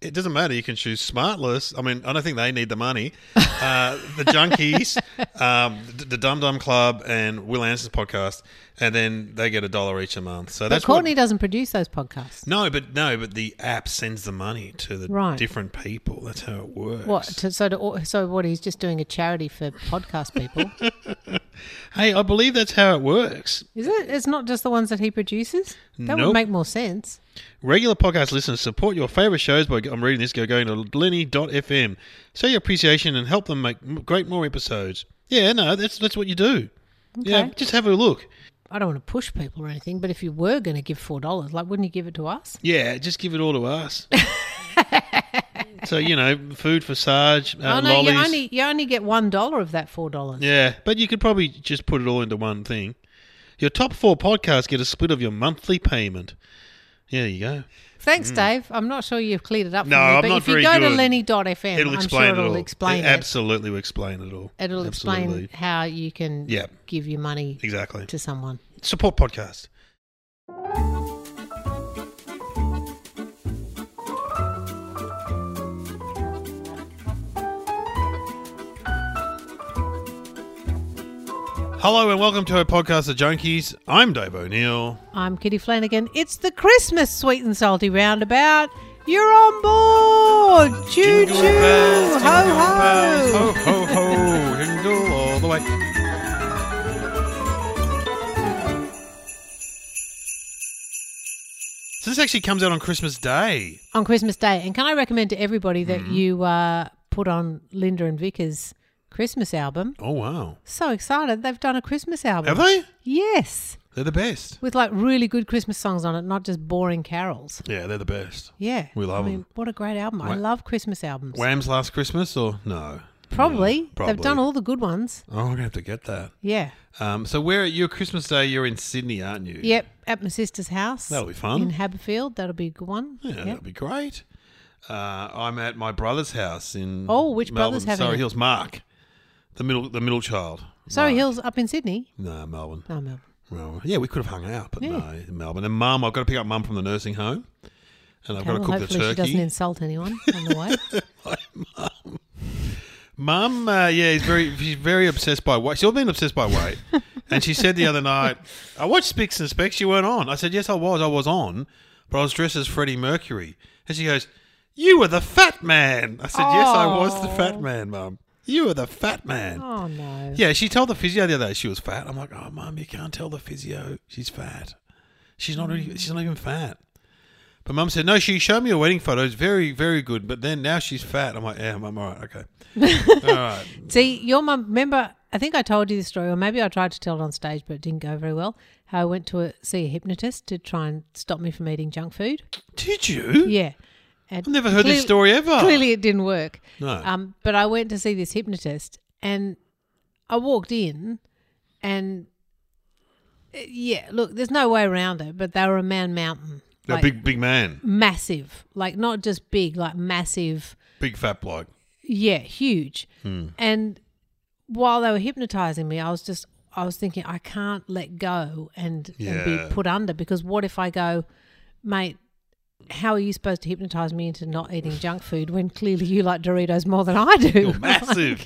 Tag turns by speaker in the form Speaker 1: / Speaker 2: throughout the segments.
Speaker 1: it doesn't matter. You can choose Smartless. I mean, I don't think they need the money. Uh, the Junkies, um, the, the Dum Dum Club, and Will Anderson's podcast, and then they get a dollar each a month. So
Speaker 2: but
Speaker 1: that's what-
Speaker 2: Courtney doesn't produce those podcasts.
Speaker 1: no, but no, but the app sends the money to the
Speaker 2: Right.
Speaker 1: different people. That's how it works.
Speaker 2: What? To, so, to, all- so what? He's just doing a charity for podcast people,
Speaker 1: Hey, I believe that's how it works.
Speaker 2: is it? It's not just the ones that he produces. That
Speaker 1: Nope.
Speaker 2: would make more sense.
Speaker 1: Regular podcast listeners support your favorite shows by I'm reading this go going to lenny.fm. Show your appreciation and help them make m- great more episodes. Yeah, no, that's that's what you do. Yeah,
Speaker 2: Okay.
Speaker 1: just have a look.
Speaker 2: I don't want to push people or anything, but if you were going to give four dollars, like, wouldn't you give it to us?
Speaker 1: Yeah, just give it all to us. so, you know, food for Sarge, uh,
Speaker 2: oh no,
Speaker 1: lollies.
Speaker 2: you only you only get one dollar of that four dollars.
Speaker 1: Yeah, but you could probably just put it all into one thing. Your top four podcasts get a split of your monthly payment. Yeah, there you go.
Speaker 2: Thanks, Dave. I'm not sure you've cleared it up.
Speaker 1: Hmm. No,
Speaker 2: for me,
Speaker 1: I'm
Speaker 2: but
Speaker 1: not
Speaker 2: if you
Speaker 1: very
Speaker 2: go
Speaker 1: good.
Speaker 2: to Lenny.fm,
Speaker 1: It'll
Speaker 2: I'm
Speaker 1: explain
Speaker 2: sure
Speaker 1: it all.
Speaker 2: it'll explain it.
Speaker 1: Absolutely will explain it all.
Speaker 2: It'll explain
Speaker 1: Absolutely.
Speaker 2: how you can
Speaker 1: Yeah.
Speaker 2: give your money
Speaker 1: Exactly.
Speaker 2: to someone.
Speaker 1: Support podcast. Hello and welcome to our podcast, The Junkies. I'm Dave O'Neill.
Speaker 2: I'm Kitty Flanagan. It's the Christmas sweet and salty roundabout. You're on board. Choo choo.
Speaker 1: Jingle bells,
Speaker 2: Ho
Speaker 1: jingle bells,
Speaker 2: ho.
Speaker 1: ho ho, jingle all the way. So this actually comes out on Christmas Day.
Speaker 2: On Christmas Day. And can I recommend to everybody that
Speaker 1: Mm-hmm.
Speaker 2: you uh, put on Linda and Vickers' Christmas album?
Speaker 1: Oh wow,
Speaker 2: So excited. They've done a Christmas album.
Speaker 1: have they?
Speaker 2: Yes.
Speaker 1: They're the best.
Speaker 2: With like really good Christmas songs on it, not just boring carols.
Speaker 1: Yeah, they're the best.
Speaker 2: Yeah.
Speaker 1: We love
Speaker 2: I mean,
Speaker 1: 'em.
Speaker 2: What a great album. I
Speaker 1: Wha-
Speaker 2: love Christmas albums.
Speaker 1: Wham's Last Christmas or no?
Speaker 2: Probably.
Speaker 1: Yeah, probably.
Speaker 2: They've done all the good ones.
Speaker 1: Oh, I'm gonna have to get that.
Speaker 2: Yeah.
Speaker 1: Um, so where at your Christmas Day? You're in Sydney, aren't you?
Speaker 2: Yep. At my sister's house.
Speaker 1: That'll be fun.
Speaker 2: In Haberfield. That'll be a good one.
Speaker 1: Yeah,
Speaker 2: Yep.
Speaker 1: that'd be great. Uh, I'm at my brother's house in
Speaker 2: Oh, which brother's
Speaker 1: Melbourne.
Speaker 2: having
Speaker 1: Sorry,
Speaker 2: it?
Speaker 1: Hills Mark, the middle, the middle child.
Speaker 2: Sorry
Speaker 1: Mark.
Speaker 2: Hills up in Sydney.
Speaker 1: No, Melbourne.
Speaker 2: Oh, Melbourne.
Speaker 1: Melbourne. Yeah, we could have hung out, but
Speaker 2: Yeah.
Speaker 1: no, in Melbourne. And Mum, I've got to pick up Mum from the nursing home, and I've got
Speaker 2: Okay, well,
Speaker 1: to cook the
Speaker 2: hopefully she doesn't
Speaker 1: turkey.
Speaker 2: insult anyone on the way.
Speaker 1: Mum, uh, yeah, he's very, she's very obsessed by weight. She's all been obsessed by weight, and she said the other night, "I watched Spicks and Specks. You weren't on." I said, "Yes, I was. I was on, but I was dressed as Freddie Mercury." And she goes, "You were the fat man." I said, "Yes, I was the fat man, Mum. You were the fat man."
Speaker 2: Oh no.
Speaker 1: Yeah, she told the physio the other day she was fat. I'm like, oh, mum, you can't tell the physio she's fat. She's not really, she's not even fat. But mum said, no, she showed me her wedding photos, very, very good. But then now she's fat. I'm like, yeah, mum, all right, okay. all right.
Speaker 2: See, your mum remember I think I told you this story, or maybe I tried to tell it on stage but it didn't go very well. How I went to a, see a hypnotist to try and stop me from eating junk food.
Speaker 1: Did you?
Speaker 2: Yeah. And
Speaker 1: I've never heard this story
Speaker 2: clearly-
Speaker 1: ever.
Speaker 2: Clearly, it didn't work.
Speaker 1: No.
Speaker 2: Um, but I went to see this hypnotist, and I walked in, and uh, yeah, look, there's no way around it. But they were a man mountain,
Speaker 1: A
Speaker 2: like
Speaker 1: big, big man,
Speaker 2: massive, like not just big, like massive.
Speaker 1: big fat bloke.
Speaker 2: Yeah, huge.
Speaker 1: Hmm.
Speaker 2: And while they were hypnotizing me, I was just I was thinking I can't let go and, and
Speaker 1: Yeah.
Speaker 2: be put under because what if I go, mate? How are you supposed to hypnotize me into not eating junk food when clearly you like Doritos more than I do?
Speaker 1: You're massive.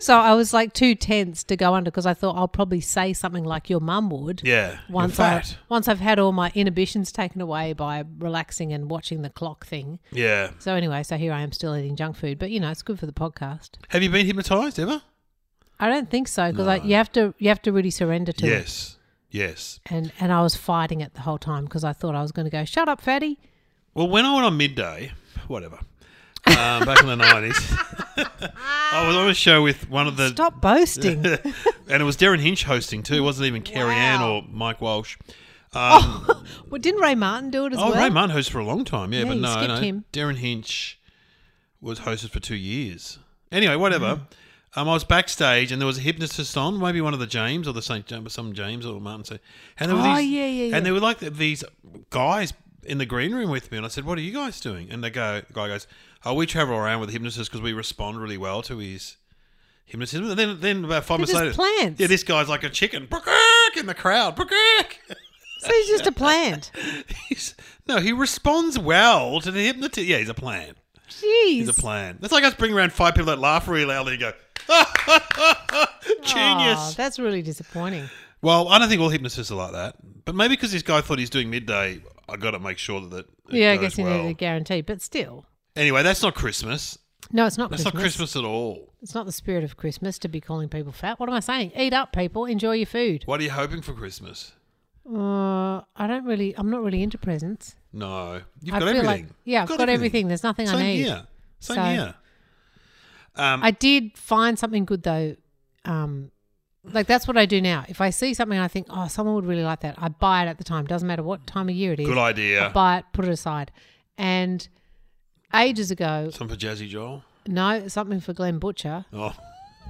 Speaker 2: so I was like too tense to go under because I thought I'll probably say something like your mum would.
Speaker 1: yeah.
Speaker 2: Once
Speaker 1: you're
Speaker 2: I
Speaker 1: fat.
Speaker 2: once I've had all my inhibitions taken away by relaxing and watching the clock thing.
Speaker 1: Yeah.
Speaker 2: So anyway, so here I am still eating junk food, but you know it's good for the podcast.
Speaker 1: Have you been hypnotized ever?
Speaker 2: I don't think so because
Speaker 1: No.
Speaker 2: you have to you have to really surrender to it.
Speaker 1: Yes. Yes.
Speaker 2: And and I was fighting it the whole time because I thought I was going to go shut up, fatty.
Speaker 1: Well, when I went on midday, whatever, um, back in the nineties, I was on a show with one of the,
Speaker 2: Stop boasting.
Speaker 1: and it was Darren Hinch hosting too. It wasn't even Carrie Ann or Mike Walsh.
Speaker 2: well, didn't Ray Martin do it as
Speaker 1: oh,
Speaker 2: well?
Speaker 1: Ray Munn hosted for a long time. Yeah,
Speaker 2: Yeah,
Speaker 1: but
Speaker 2: you
Speaker 1: no,
Speaker 2: skipped
Speaker 1: no.
Speaker 2: him.
Speaker 1: Darren Hinch was hosted for two years. Anyway, whatever.
Speaker 2: Mm-hmm.
Speaker 1: Um, I was backstage and there was a hypnotist on, maybe one of the James or the St. James, some James or Martin. Saint- And there were
Speaker 2: Oh,
Speaker 1: these,
Speaker 2: yeah, yeah, yeah.
Speaker 1: And there were like these guys in the green room with me. And I said, What are you guys doing? And they go, the guy goes, Oh, we travel around with hypnotists because we respond really well to his hypnotism. And then, then about 5
Speaker 2: They're
Speaker 1: minutes
Speaker 2: just
Speaker 1: later,
Speaker 2: plants.
Speaker 1: yeah, this guy's like a chicken Brook-erk, in the crowd. Brook-erk.
Speaker 2: So he's just a plant.
Speaker 1: He's, no, he responds well to the hypnotist. Yeah, he's a plan. He's
Speaker 2: Jeez.
Speaker 1: a plan. That's like us bringing around five people that laugh really loudly and go, genius.
Speaker 2: Oh, that's really disappointing.
Speaker 1: Well, I don't think all hypnotists are like that, but maybe because this guy thought he's doing midday, I got to make sure that it
Speaker 2: yeah, I
Speaker 1: goes
Speaker 2: guess you
Speaker 1: well.
Speaker 2: need a guarantee, but still.
Speaker 1: Anyway, that's not Christmas.
Speaker 2: No, it's not
Speaker 1: That's
Speaker 2: Christmas.
Speaker 1: not Christmas at all.
Speaker 2: It's not the spirit of Christmas to be calling people fat. What am I saying? Eat up, people. Enjoy your food.
Speaker 1: What are you hoping for Christmas?
Speaker 2: Uh, I don't really. I'm not really into presents.
Speaker 1: No, you've
Speaker 2: I
Speaker 1: got
Speaker 2: feel
Speaker 1: everything.
Speaker 2: like yeah, I've got, everything. There's nothing I
Speaker 1: Same
Speaker 2: need.
Speaker 1: year. Same
Speaker 2: So-
Speaker 1: year. Um,
Speaker 2: I did find something good though. Um, like that's what I do now. If I see something, and I think, oh, someone would really like that. I buy it at the time. Doesn't matter what time of year it is.
Speaker 1: good idea.
Speaker 2: Buy it, put it aside. And ages ago,
Speaker 1: Some for Jazzy Joel.
Speaker 2: no, something for Glenn Butcher.
Speaker 1: Oh,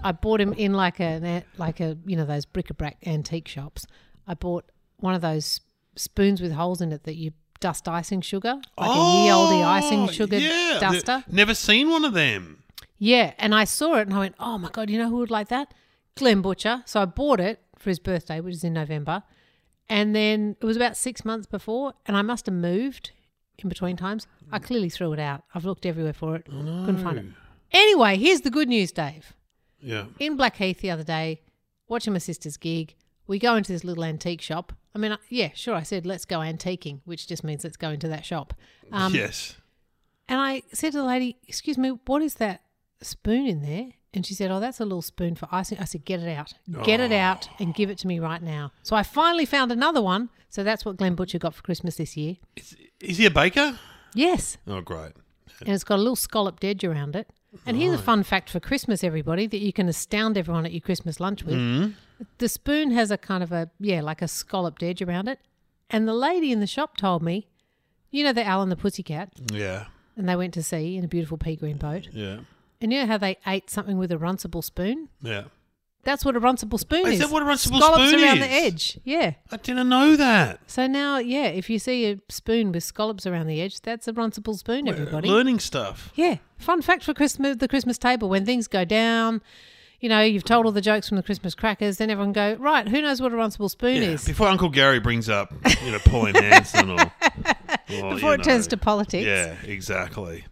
Speaker 2: I bought him in like a like a you know those bric-a-brac antique shops. I bought one of those spoons with holes in it that you dust icing sugar, like a ye olde icing
Speaker 1: Oh,
Speaker 2: sugar
Speaker 1: yeah.
Speaker 2: duster.
Speaker 1: Never seen one of them.
Speaker 2: Yeah, and I saw it and I went, "Oh my god, you know who would like that? Glenn Butcher." So I bought it for his birthday, which is in November. And then it was about 6 months before, and I must have moved in between times. I clearly threw it out. I've looked everywhere for it, couldn't find it.
Speaker 1: Oh,
Speaker 2: Anyway, here's the good news, Dave
Speaker 1: Yeah.
Speaker 2: in Blackheath the other day, watching my sister's gig. We go into this little antique shop. I mean, I- yeah, sure. I said let's go antiquing, which just means let's go into that shop. Um,
Speaker 1: yes.
Speaker 2: And I said to the lady, "Excuse me, what is that spoon in there?" And she said, "Oh, that's a little spoon for icing." I said, "Get it out, get it out, and give it to me right now." So I finally found another one. So that's what Glenn Butcher got for Christmas this year.
Speaker 1: Is, is he a baker?
Speaker 2: Yes,
Speaker 1: Oh, great.
Speaker 2: and it's got a little scalloped edge around it. And here's a fun fact for Christmas, everybody, that you can astound everyone at your Christmas lunch with.
Speaker 1: Mm-hmm.
Speaker 2: The spoon has a kind of a, yeah, like a scalloped edge around it. And the lady in the shop told me, you know, the owl and the pussycat,
Speaker 1: Yeah.
Speaker 2: and they went to sea in a beautiful pea green boat.
Speaker 1: Yeah.
Speaker 2: And you know how they ate something with a runcible spoon?
Speaker 1: Yeah.
Speaker 2: That's what a runcible spoon is.
Speaker 1: Is that what a runcible
Speaker 2: Scallops
Speaker 1: spoon
Speaker 2: around the
Speaker 1: is?
Speaker 2: edge. Yeah.
Speaker 1: I didn't know that.
Speaker 2: So now, yeah, if you see a spoon with scallops around the edge, that's a runcible spoon, everybody.
Speaker 1: Learning stuff.
Speaker 2: Yeah. Fun fact for Christmas, the Christmas table when things go down, you know, you've told all the jokes from the Christmas crackers, then everyone go, right, who knows what a runcible spoon
Speaker 1: Yeah,
Speaker 2: is?
Speaker 1: Before Uncle Gary brings up, you know, Pauline Hanson or, or, you
Speaker 2: Before it turns
Speaker 1: know.
Speaker 2: to politics,
Speaker 1: Yeah, exactly.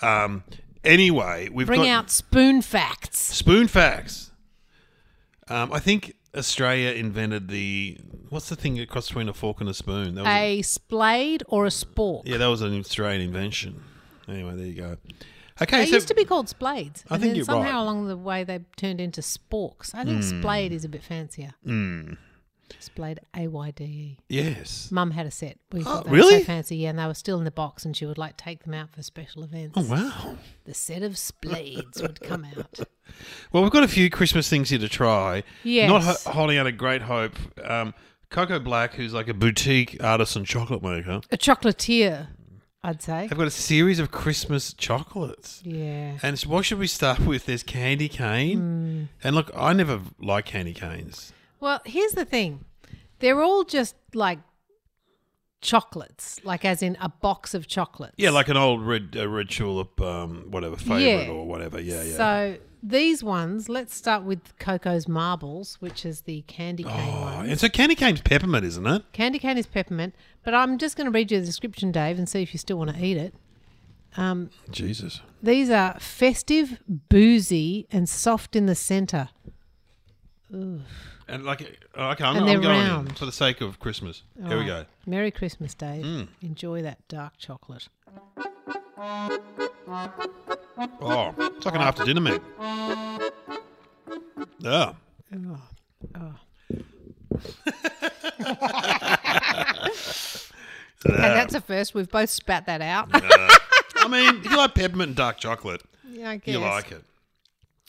Speaker 1: Um, anyway, we've
Speaker 2: bring
Speaker 1: got
Speaker 2: out spoon facts.
Speaker 1: spoon facts. Um, I think Australia invented the what's the thing that crossed between a fork and a spoon? That was
Speaker 2: A splade or a spork.
Speaker 1: yeah, that was an Australian invention. Anyway, there you go. Okay,
Speaker 2: They
Speaker 1: so
Speaker 2: used to be called splades.
Speaker 1: I think
Speaker 2: and then
Speaker 1: you're
Speaker 2: somehow
Speaker 1: right. Hmm.
Speaker 2: along the way they turned into sporks. I think splade is a bit fancier. Splade A Y D E.
Speaker 1: yes.
Speaker 2: Mum had a set. We
Speaker 1: Oh,
Speaker 2: thought they were so
Speaker 1: really?
Speaker 2: fancy, yeah, and they were still in the box and she would like take them out for special events.
Speaker 1: Oh wow.
Speaker 2: The set of splades would come out.
Speaker 1: Well, we've got a few Christmas things here to try.
Speaker 2: Yes.
Speaker 1: Not ho- holding out a great hope. Um, Coco Black, who's like a boutique artisan chocolate maker,
Speaker 2: A chocolatier, I'd say.
Speaker 1: have got a series of Christmas chocolates.
Speaker 2: Yeah.
Speaker 1: And so what should we start with? There's candy cane.
Speaker 2: Hmm.
Speaker 1: And look, I never like candy canes.
Speaker 2: Well, here's the thing they're all just like chocolates, like as in a box of chocolates.
Speaker 1: Yeah, like an old red, uh, red tulip, um, whatever, favorite
Speaker 2: Yeah.
Speaker 1: or whatever. Yeah, yeah.
Speaker 2: So these ones, let's start with Coco's Marbles, which is the candy cane
Speaker 1: oh,
Speaker 2: one.
Speaker 1: and so candy cane's peppermint, isn't it?
Speaker 2: Candy cane is peppermint, but I'm just going to read you the description, Dave, and see if you still want to eat it. Um,
Speaker 1: Jesus.
Speaker 2: these are festive, boozy, and soft in the centre.
Speaker 1: And like, oh, okay, I'm,
Speaker 2: And
Speaker 1: I'm
Speaker 2: they're
Speaker 1: going in
Speaker 2: round.
Speaker 1: for the sake of Christmas. Here we go. Mm.
Speaker 2: Alright. Merry Christmas, Dave. Enjoy that dark chocolate.
Speaker 1: Oh, it's like an after dinner meal. Yeah. Uh, Oh,
Speaker 2: And that's a first. We've both spat that out.
Speaker 1: I mean, if you like peppermint and dark chocolate,
Speaker 2: Yeah, I guess.
Speaker 1: you like it.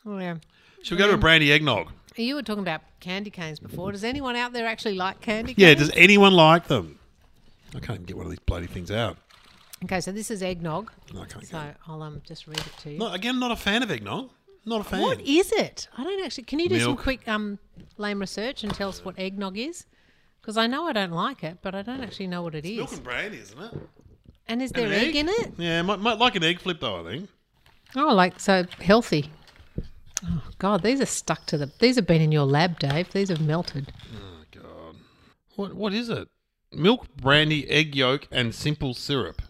Speaker 2: Oh, yeah.
Speaker 1: Should we go to a brandy eggnog?
Speaker 2: You were talking about candy canes before. Does anyone out there actually like candy canes?
Speaker 1: Yeah, does anyone like them? I can't even get one of these bloody things out.
Speaker 2: Okay, so this is eggnog.
Speaker 1: No, I can't get
Speaker 2: So I'll um, just read it to you.
Speaker 1: No, again, not a fan of eggnog. Not a fan.
Speaker 2: What is it? I don't actually. Can you do some
Speaker 1: Milk.
Speaker 2: quick um, lame research and tell us what eggnog is? Because I know I don't like it, but I don't actually know what it
Speaker 1: Milk
Speaker 2: is.
Speaker 1: and brandy, isn't it?
Speaker 2: And is there
Speaker 1: An
Speaker 2: egg? in it?
Speaker 1: Yeah, might, might like an egg flip though. I think.
Speaker 2: Oh, like so healthy. Oh God, these are stuck to the. These have been in your lab, Dave. These have melted.
Speaker 1: Oh God. What what is it? Milk, brandy, egg yolk, and simple syrup.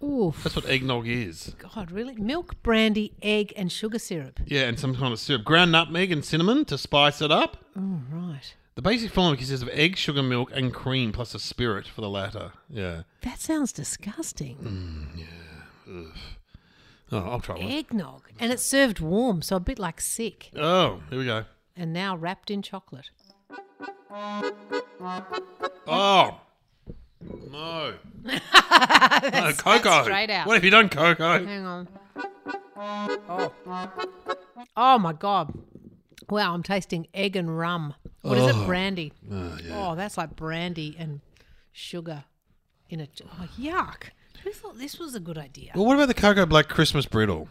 Speaker 2: Ooh,
Speaker 1: That's what eggnog is.
Speaker 2: God, really? Milk, brandy, egg, and sugar syrup.
Speaker 1: Yeah, and some kind of syrup. Ground nutmeg and cinnamon to spice it up.
Speaker 2: All right.
Speaker 1: The basic formula consists of egg, sugar, milk, and cream, plus a spirit for the latter. Yeah.
Speaker 2: That sounds disgusting.
Speaker 1: Oh, I'll try one.
Speaker 2: Eggnog, and it's served warm, so a bit like sick,
Speaker 1: Oh, here we go.
Speaker 2: and now wrapped in chocolate.
Speaker 1: Oh. No. no,
Speaker 2: That's-
Speaker 1: cocoa.
Speaker 2: that's straight out.
Speaker 1: What have you done, cocoa?
Speaker 2: Hang on. Oh. Oh my god. Wow, I'm tasting egg and rum. What is it? Brandy.
Speaker 1: Oh, yeah.
Speaker 2: Oh, that's like brandy and sugar in a oh, yuck. Who thought this was a good idea?
Speaker 1: Well, what about the cocoa black Christmas brittle?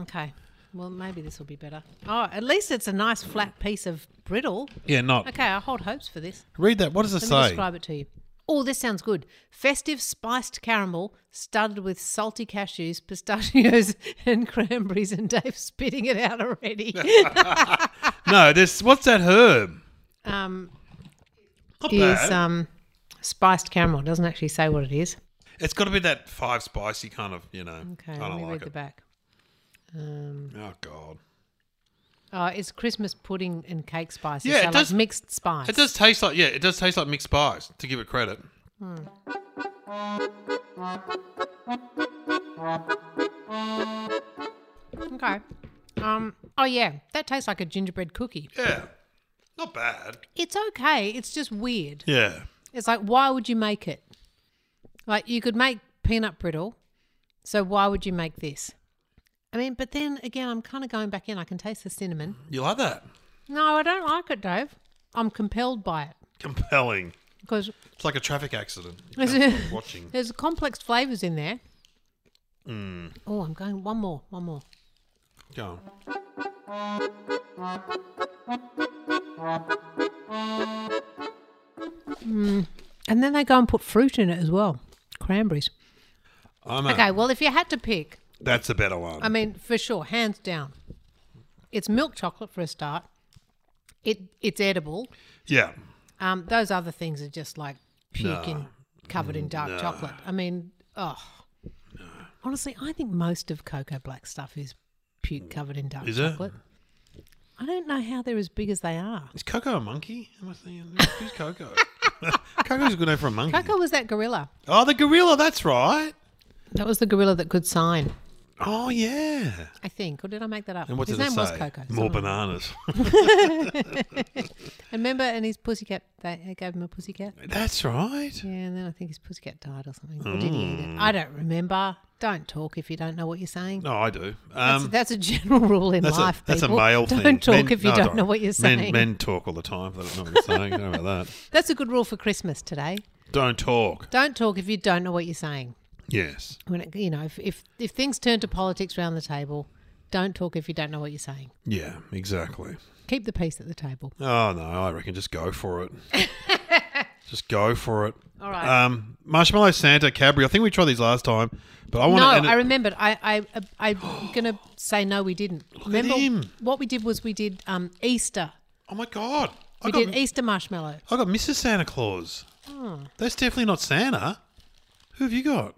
Speaker 2: Okay. Well, maybe this will be better. Oh, at least it's a nice flat piece of brittle.
Speaker 1: Yeah, not.
Speaker 2: Okay, I hold hopes for this.
Speaker 1: Read that. What does it
Speaker 2: Let me
Speaker 1: say?
Speaker 2: describe it to you. Oh, this sounds good. Festive spiced caramel studded with salty cashews, pistachios, and cranberries. And Dave's spitting it out already.
Speaker 1: no, this. What's that herb?
Speaker 2: um,
Speaker 1: Not
Speaker 2: is
Speaker 1: bad.
Speaker 2: um, spiced caramel. It doesn't actually say what it is.
Speaker 1: it's got to be that five spicy kind of, you know.
Speaker 2: Okay,
Speaker 1: I
Speaker 2: let
Speaker 1: don't
Speaker 2: me read
Speaker 1: like
Speaker 2: the
Speaker 1: it.
Speaker 2: back.
Speaker 1: Oh God.
Speaker 2: Oh, it's Christmas pudding and cake spices.
Speaker 1: Yeah, it
Speaker 2: so
Speaker 1: does-
Speaker 2: like mixed spice.
Speaker 1: It does taste like yeah, it does taste like mixed spice. To give it credit.
Speaker 2: Okay. Um, oh, yeah. That tastes like a gingerbread cookie.
Speaker 1: Yeah. Not bad.
Speaker 2: It's okay. It's just weird.
Speaker 1: Yeah.
Speaker 2: It's like, why would you make it? Like, you could make peanut brittle. So, why would you make this? I mean, but then again, I'm kind of going back in. I can taste the cinnamon.
Speaker 1: You like that?
Speaker 2: No, I don't like it, Dave. I'm compelled by it
Speaker 1: Compelling.
Speaker 2: because
Speaker 1: It's like a traffic accident. You
Speaker 2: Is
Speaker 1: can't
Speaker 2: it-
Speaker 1: stop watching.
Speaker 2: there's complex flavors in there. Oh, I'm going one more, one more.
Speaker 1: Go on.
Speaker 2: And then they go and put fruit in it as well cranberries.
Speaker 1: I'm
Speaker 2: Okay, Um, well, if you had to pick,
Speaker 1: That's a better one.
Speaker 2: I mean, for sure, hands down, it's milk chocolate for a start. It It's edible.
Speaker 1: yeah.
Speaker 2: Um, those other things are just like
Speaker 1: No.
Speaker 2: puking, covered in dark
Speaker 1: No.
Speaker 2: chocolate. I mean, oh. Honestly, I think most of Cocoa Black stuff is puke covered in dark
Speaker 1: Is it?
Speaker 2: chocolate. I don't know how they're as big as they are.
Speaker 1: Is Coco a monkey? Am I thinking? Who's Coco? Coco's a good name for a monkey.
Speaker 2: Cocoa was that gorilla.
Speaker 1: Oh, the gorilla. That's right.
Speaker 2: That was the gorilla that could sign,
Speaker 1: Oh yeah.
Speaker 2: I think. Or did I make that up?
Speaker 1: And what
Speaker 2: his
Speaker 1: did
Speaker 2: name
Speaker 1: it
Speaker 2: was
Speaker 1: say?
Speaker 2: Cocoa.
Speaker 1: More
Speaker 2: someone-
Speaker 1: bananas.
Speaker 2: And remember, and his pussycat, they they gave him a pussycat.
Speaker 1: that's right.
Speaker 2: Yeah, and then I think his pussycat died or something. Or did he eat it? I don't remember. Don't talk if you don't know what you're saying.
Speaker 1: No, I do.
Speaker 2: That's,
Speaker 1: Um,
Speaker 2: that's a general rule in
Speaker 1: that's,
Speaker 2: life.
Speaker 1: a, that's a
Speaker 2: people.
Speaker 1: male
Speaker 2: don't
Speaker 1: thing.
Speaker 2: talk
Speaker 1: Men-
Speaker 2: if you
Speaker 1: no,
Speaker 2: don't know what you're saying.
Speaker 1: Men, men talk all the time. They don't know what you're saying. Don't know about that.
Speaker 2: That's a good rule for Christmas today.
Speaker 1: Don't talk.
Speaker 2: Don't talk if you don't know what you're saying.
Speaker 1: Yes.
Speaker 2: When it, you know, if, if if things turn to politics round the table, don't talk if you don't know what you're saying.
Speaker 1: Yeah, exactly.
Speaker 2: Keep the peace at the table.
Speaker 1: Oh, no, I reckon just go for it. just go for it.
Speaker 2: All right.
Speaker 1: Um, Marshmallow Santa, Cadbury. I think we tried these last time, but I want
Speaker 2: no,
Speaker 1: to. end it-
Speaker 2: I remembered. I I I'm gonna say no. We didn't.
Speaker 1: at
Speaker 2: Remember
Speaker 1: him.
Speaker 2: what we did was we did um Easter.
Speaker 1: oh, my God. I
Speaker 2: We
Speaker 1: got,
Speaker 2: did Hmm. Easter marshmallow.
Speaker 1: I got Mrs. Santa Claus. That's definitely not Santa. Who have you got?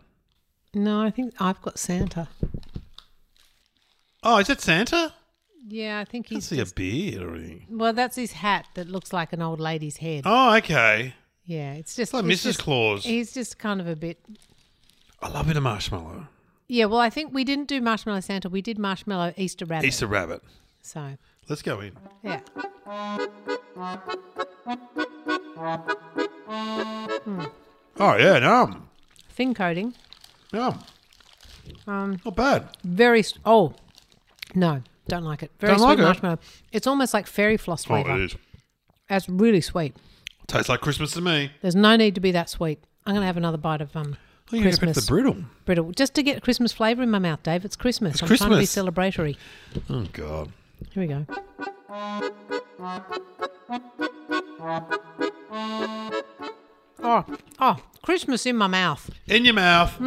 Speaker 2: No, I think I've got Santa.
Speaker 1: Oh, is that Santa?
Speaker 2: Yeah, I think
Speaker 1: I don't
Speaker 2: he's.
Speaker 1: see a beard or anything.
Speaker 2: Well, that's his hat that looks like an old lady's head.
Speaker 1: Oh, okay.
Speaker 2: Yeah, it's
Speaker 1: It's
Speaker 2: just
Speaker 1: like
Speaker 2: it's
Speaker 1: Mrs.
Speaker 2: just-
Speaker 1: Claus.
Speaker 2: He's just kind of a bit.
Speaker 1: I love a bit of marshmallow.
Speaker 2: Yeah, well, I think we didn't do Marshmallow Santa. We did Marshmallow Easter Rabbit.
Speaker 1: Easter rabbit.
Speaker 2: So,
Speaker 1: Let's go in.
Speaker 2: yeah.
Speaker 1: Oh yeah, yum,
Speaker 2: Thin coating.
Speaker 1: yum.
Speaker 2: Um,
Speaker 1: Not bad.
Speaker 2: very. s- Oh, no. Don't like it. Very
Speaker 1: Don't
Speaker 2: sweet
Speaker 1: like it? Oh,
Speaker 2: marshmallow. It's almost like fairy floss flavor. That's really sweet.
Speaker 1: Tastes like Christmas to me.
Speaker 2: There's no need to be that sweet. I'm going to have another bite of um,
Speaker 1: Oh, you gotta pick
Speaker 2: Christmas
Speaker 1: the brittle.
Speaker 2: brittle just to get Christmas flavor in my mouth, Dave. It's Christmas.
Speaker 1: It's
Speaker 2: I'm trying to be
Speaker 1: Christmas.
Speaker 2: celebratory.
Speaker 1: Oh god.
Speaker 2: Here we go. Oh, oh, Christmas in my mouth.
Speaker 1: In your mouth.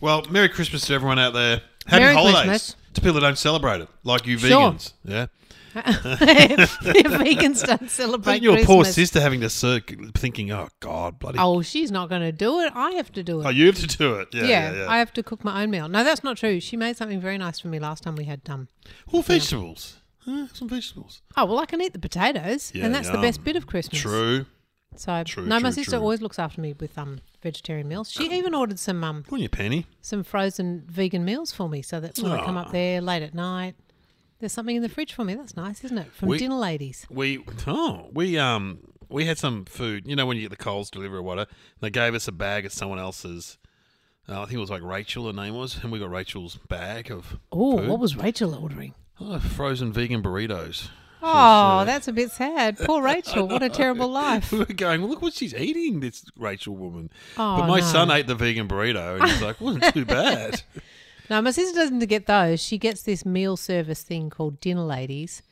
Speaker 1: Well, Merry Christmas to everyone out there. Happy
Speaker 2: Hmm. Merry
Speaker 1: holidays
Speaker 2: Christmas.
Speaker 1: to people that don't celebrate it, like you
Speaker 2: Sure.
Speaker 1: vegans. Yeah.
Speaker 2: if vegans don't celebrate
Speaker 1: But your poor
Speaker 2: Christmas,
Speaker 1: sister having to circ- thinking, oh God, bloody.
Speaker 2: oh, she's not going to do it. I have to do it.
Speaker 1: Oh, you have to do it. Yeah, yeah,
Speaker 2: yeah,
Speaker 1: yeah.
Speaker 2: I have to cook my own meal. No, that's not true. She made something very nice for me last time we had um.
Speaker 1: Well, vegetables. Huh, some vegetables.
Speaker 2: Oh well, I can eat the potatoes,
Speaker 1: Yeah,
Speaker 2: and that's the
Speaker 1: yum.
Speaker 2: best bit of Christmas.
Speaker 1: True.
Speaker 2: So
Speaker 1: True,
Speaker 2: no, my
Speaker 1: true,
Speaker 2: sister
Speaker 1: true.
Speaker 2: always looks after me with um vegetarian meals. She even ordered some um
Speaker 1: Put on your penny.
Speaker 2: some frozen vegan meals for me, so that when I come
Speaker 1: Ah.
Speaker 2: up there late at night, there's something in the fridge for me. That's nice, isn't it? From
Speaker 1: We-
Speaker 2: dinner ladies.
Speaker 1: We oh we um we had some food. You know when you get the Coles delivery or whatever, they gave us a bag of someone else's. Uh, I think it was like Rachel. Her name was, and we got Rachel's bag of
Speaker 2: Oh,
Speaker 1: food.
Speaker 2: what was Rachel ordering?
Speaker 1: Oh, frozen vegan burritos.
Speaker 2: Oh, that's a bit sad. Poor Rachel. What a terrible life.
Speaker 1: We were going, look what she's eating, this Rachel woman.
Speaker 2: Oh,
Speaker 1: but my
Speaker 2: no.
Speaker 1: son ate the vegan burrito, and he's like, wasn't too bad.
Speaker 2: No, my sister doesn't get those. She gets this meal service thing called dinner ladies.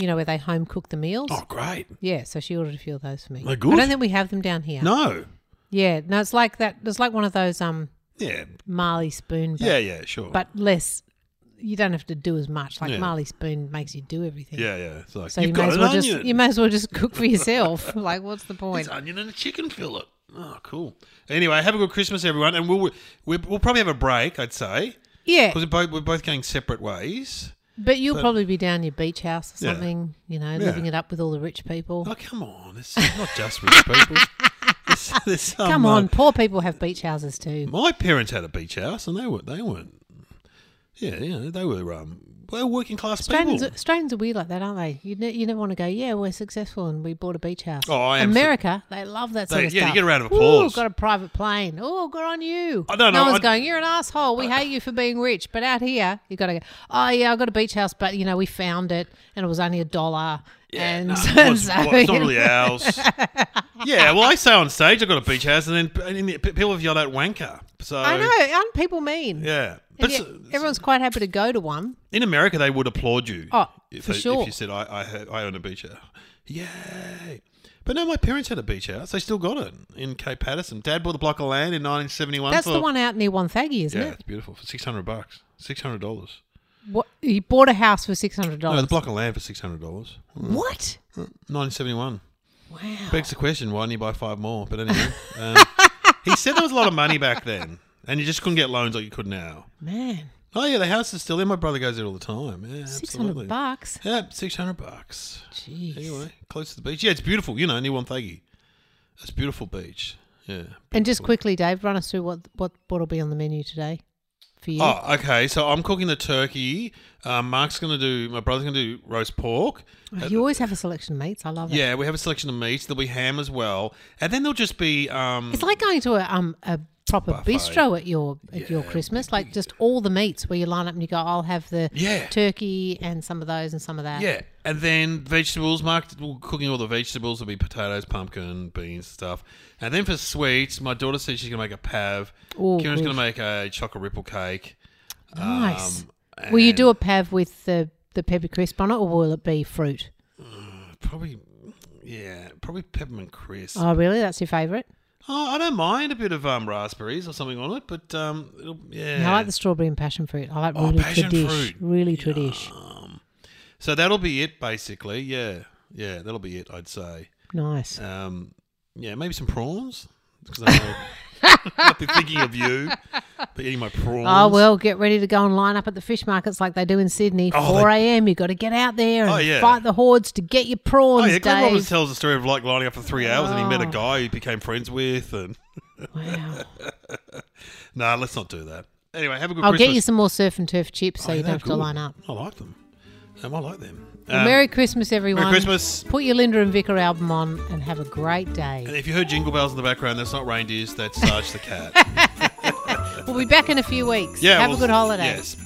Speaker 2: You know where they home cook the meals.
Speaker 1: oh, great.
Speaker 2: Yeah, so she ordered a few of those for me.
Speaker 1: They're good.
Speaker 2: I don't think we have them down here.
Speaker 1: No.
Speaker 2: Yeah, no, it's like that. It's like one of those um
Speaker 1: Yeah.
Speaker 2: Marley spoon. But,
Speaker 1: Yeah, yeah, sure.
Speaker 2: but less. You don't have to do as much. Like
Speaker 1: Yeah.
Speaker 2: Marley spoon makes you do everything.
Speaker 1: yeah, yeah. It's like,
Speaker 2: So
Speaker 1: you've
Speaker 2: you may
Speaker 1: got
Speaker 2: as
Speaker 1: an
Speaker 2: well
Speaker 1: onion.
Speaker 2: just you may as well just cook for yourself. like, what's the
Speaker 1: It's
Speaker 2: point?
Speaker 1: onion and a chicken fillet. Oh, cool. Anyway, have a good Christmas, everyone. And we'll, we'll, we'll probably have a break, I'd say,
Speaker 2: Yeah,
Speaker 1: because we're both, we're both going separate ways.
Speaker 2: but you'll probably be down your beach house or
Speaker 1: Yeah.
Speaker 2: something. You know, living it up with all the rich people.
Speaker 1: Oh, come on. It's not just rich people. There's- there's some,
Speaker 2: Come
Speaker 1: uh,
Speaker 2: on, poor people have beach houses too.
Speaker 1: My parents had a beach house, and they were they weren't. Yeah, yeah, they were. Um, they were working class
Speaker 2: Australians,
Speaker 1: people.
Speaker 2: Australians are weird like that, aren't they? You, ne- you never want to go, yeah, we're successful and we bought a beach house.
Speaker 1: Oh, I am
Speaker 2: America, they love that sort
Speaker 1: They-
Speaker 2: of
Speaker 1: yeah, you
Speaker 2: stuff.
Speaker 1: get a round of
Speaker 2: Ooh,
Speaker 1: applause.
Speaker 2: got a private plane. Oh, good on you.
Speaker 1: I don't
Speaker 2: No
Speaker 1: know,
Speaker 2: one's
Speaker 1: I-
Speaker 2: going, you're an asshole. We hate you for being rich. But out here, you got to go, oh, yeah, I got a beach house, but, you know, we found it and it was only a dollar. and
Speaker 1: no,
Speaker 2: so,
Speaker 1: it was-
Speaker 2: so-
Speaker 1: well, it's not really ours. yeah, well, I say on stage I've got a beach house, and then and then the- people have yelled out wanker. So
Speaker 2: I know, aren't people mean?
Speaker 1: Yeah, but
Speaker 2: And yet,
Speaker 1: s-
Speaker 2: everyone's quite happy to go to one.
Speaker 1: in America they would applaud you.
Speaker 2: Oh,
Speaker 1: if
Speaker 2: for
Speaker 1: they-
Speaker 2: sure.
Speaker 1: If you said I I, ha- I own a beach house, yay! But no, my parents had a beach house. They still got it in Cape Patterson. Dad bought the block of land in 1971.
Speaker 2: That's
Speaker 1: for,
Speaker 2: the one out near Wonthaggi, isn't
Speaker 1: Yeah,
Speaker 2: it?
Speaker 1: it's beautiful for 600 bucks, 600 dollars.
Speaker 2: What, you bought a house for $600.
Speaker 1: No, the block of land for 600 dollars.
Speaker 2: What?
Speaker 1: 1971.
Speaker 2: Wow.
Speaker 1: Begs the question, why didn't he buy five more? But anyway, um, he said there was a lot of money back then, and you just couldn't get loans like you could now.
Speaker 2: Man,
Speaker 1: Oh yeah, the house is still there. My brother goes there all the time. Yeah,
Speaker 2: six
Speaker 1: absolutely.
Speaker 2: hundred bucks.
Speaker 1: Yeah, six hundred bucks.
Speaker 2: Jeez.
Speaker 1: Anyway, close to the beach. Yeah, it's beautiful. You know, near Wonthaggi. It's a beautiful beach. Yeah.
Speaker 2: And just quickly, Dave, run us through what what what'll be on the menu today for you.
Speaker 1: Oh, okay. So I'm cooking the turkey. Um, Mark's gonna do. My brother's gonna do roast pork.
Speaker 2: you always have a selection of meats. I love it.
Speaker 1: Yeah, we have a selection of meats. There'll be ham as well, and then there'll just be um,
Speaker 2: It's like going to a um a proper bistro at your at your Christmas, like just all the meats where you line up and you go, I'll have the
Speaker 1: Yeah.
Speaker 2: turkey and some of those and some of that.
Speaker 1: Yeah, and then vegetables. Mark well, cooking all the vegetables will be potatoes, pumpkin, beans, stuff. And then for sweets, my daughter said she's gonna make a pav.
Speaker 2: Ooh,
Speaker 1: Kieran's
Speaker 2: good.
Speaker 1: gonna make a chocolate ripple cake.
Speaker 2: Nice.
Speaker 1: Um,
Speaker 2: will you
Speaker 1: and
Speaker 2: do a pav with the the pepper crisp on it, or will it be fruit?
Speaker 1: probably? Yeah, probably peppermint crisp.
Speaker 2: Oh, really? That's your favourite?
Speaker 1: oh, I don't mind a bit of um, raspberries or something on it, but um, it'll, yeah.
Speaker 2: I like the strawberry and passion fruit. I like
Speaker 1: Oh,
Speaker 2: really
Speaker 1: passion
Speaker 2: tradish,
Speaker 1: fruit.
Speaker 2: really tradish.
Speaker 1: so that'll be it, basically. Yeah, yeah, that'll be it. I'd say.
Speaker 2: Nice.
Speaker 1: Um, yeah, maybe some prawns. 'cause I know- I'll be thinking of you, but eating my prawns.
Speaker 2: Oh well, get ready to go and line up at the fish markets like they do in Sydney.
Speaker 1: Oh, they-
Speaker 2: Four a.m. You got to get out there and
Speaker 1: Oh, yeah.
Speaker 2: fight the hordes to get your prawns,
Speaker 1: Oh yeah, Glenn Roberts
Speaker 2: Dave.
Speaker 1: tells the story of like lining up for three hours, and he met
Speaker 2: Oh.
Speaker 1: a guy he became friends with. And
Speaker 2: Wow.
Speaker 1: nah, let's not do that. Anyway, have a good
Speaker 2: I'll
Speaker 1: Christmas.
Speaker 2: get you some more surf and turf chips so
Speaker 1: Oh,
Speaker 2: you
Speaker 1: they're
Speaker 2: don't have to
Speaker 1: good.
Speaker 2: line up.
Speaker 1: I like them. Um, I like them.
Speaker 2: Well,
Speaker 1: Um,
Speaker 2: Merry Christmas, everyone.
Speaker 1: Merry Christmas.
Speaker 2: Put your Linda and Vicar album on and have a great
Speaker 1: And
Speaker 2: day.
Speaker 1: if you heard jingle bells in the background, that's not reindeers. That's Sarge the cat.
Speaker 2: We'll be back in a few weeks.
Speaker 1: Yeah.
Speaker 2: have
Speaker 1: well,
Speaker 2: a good holiday.
Speaker 1: Yes.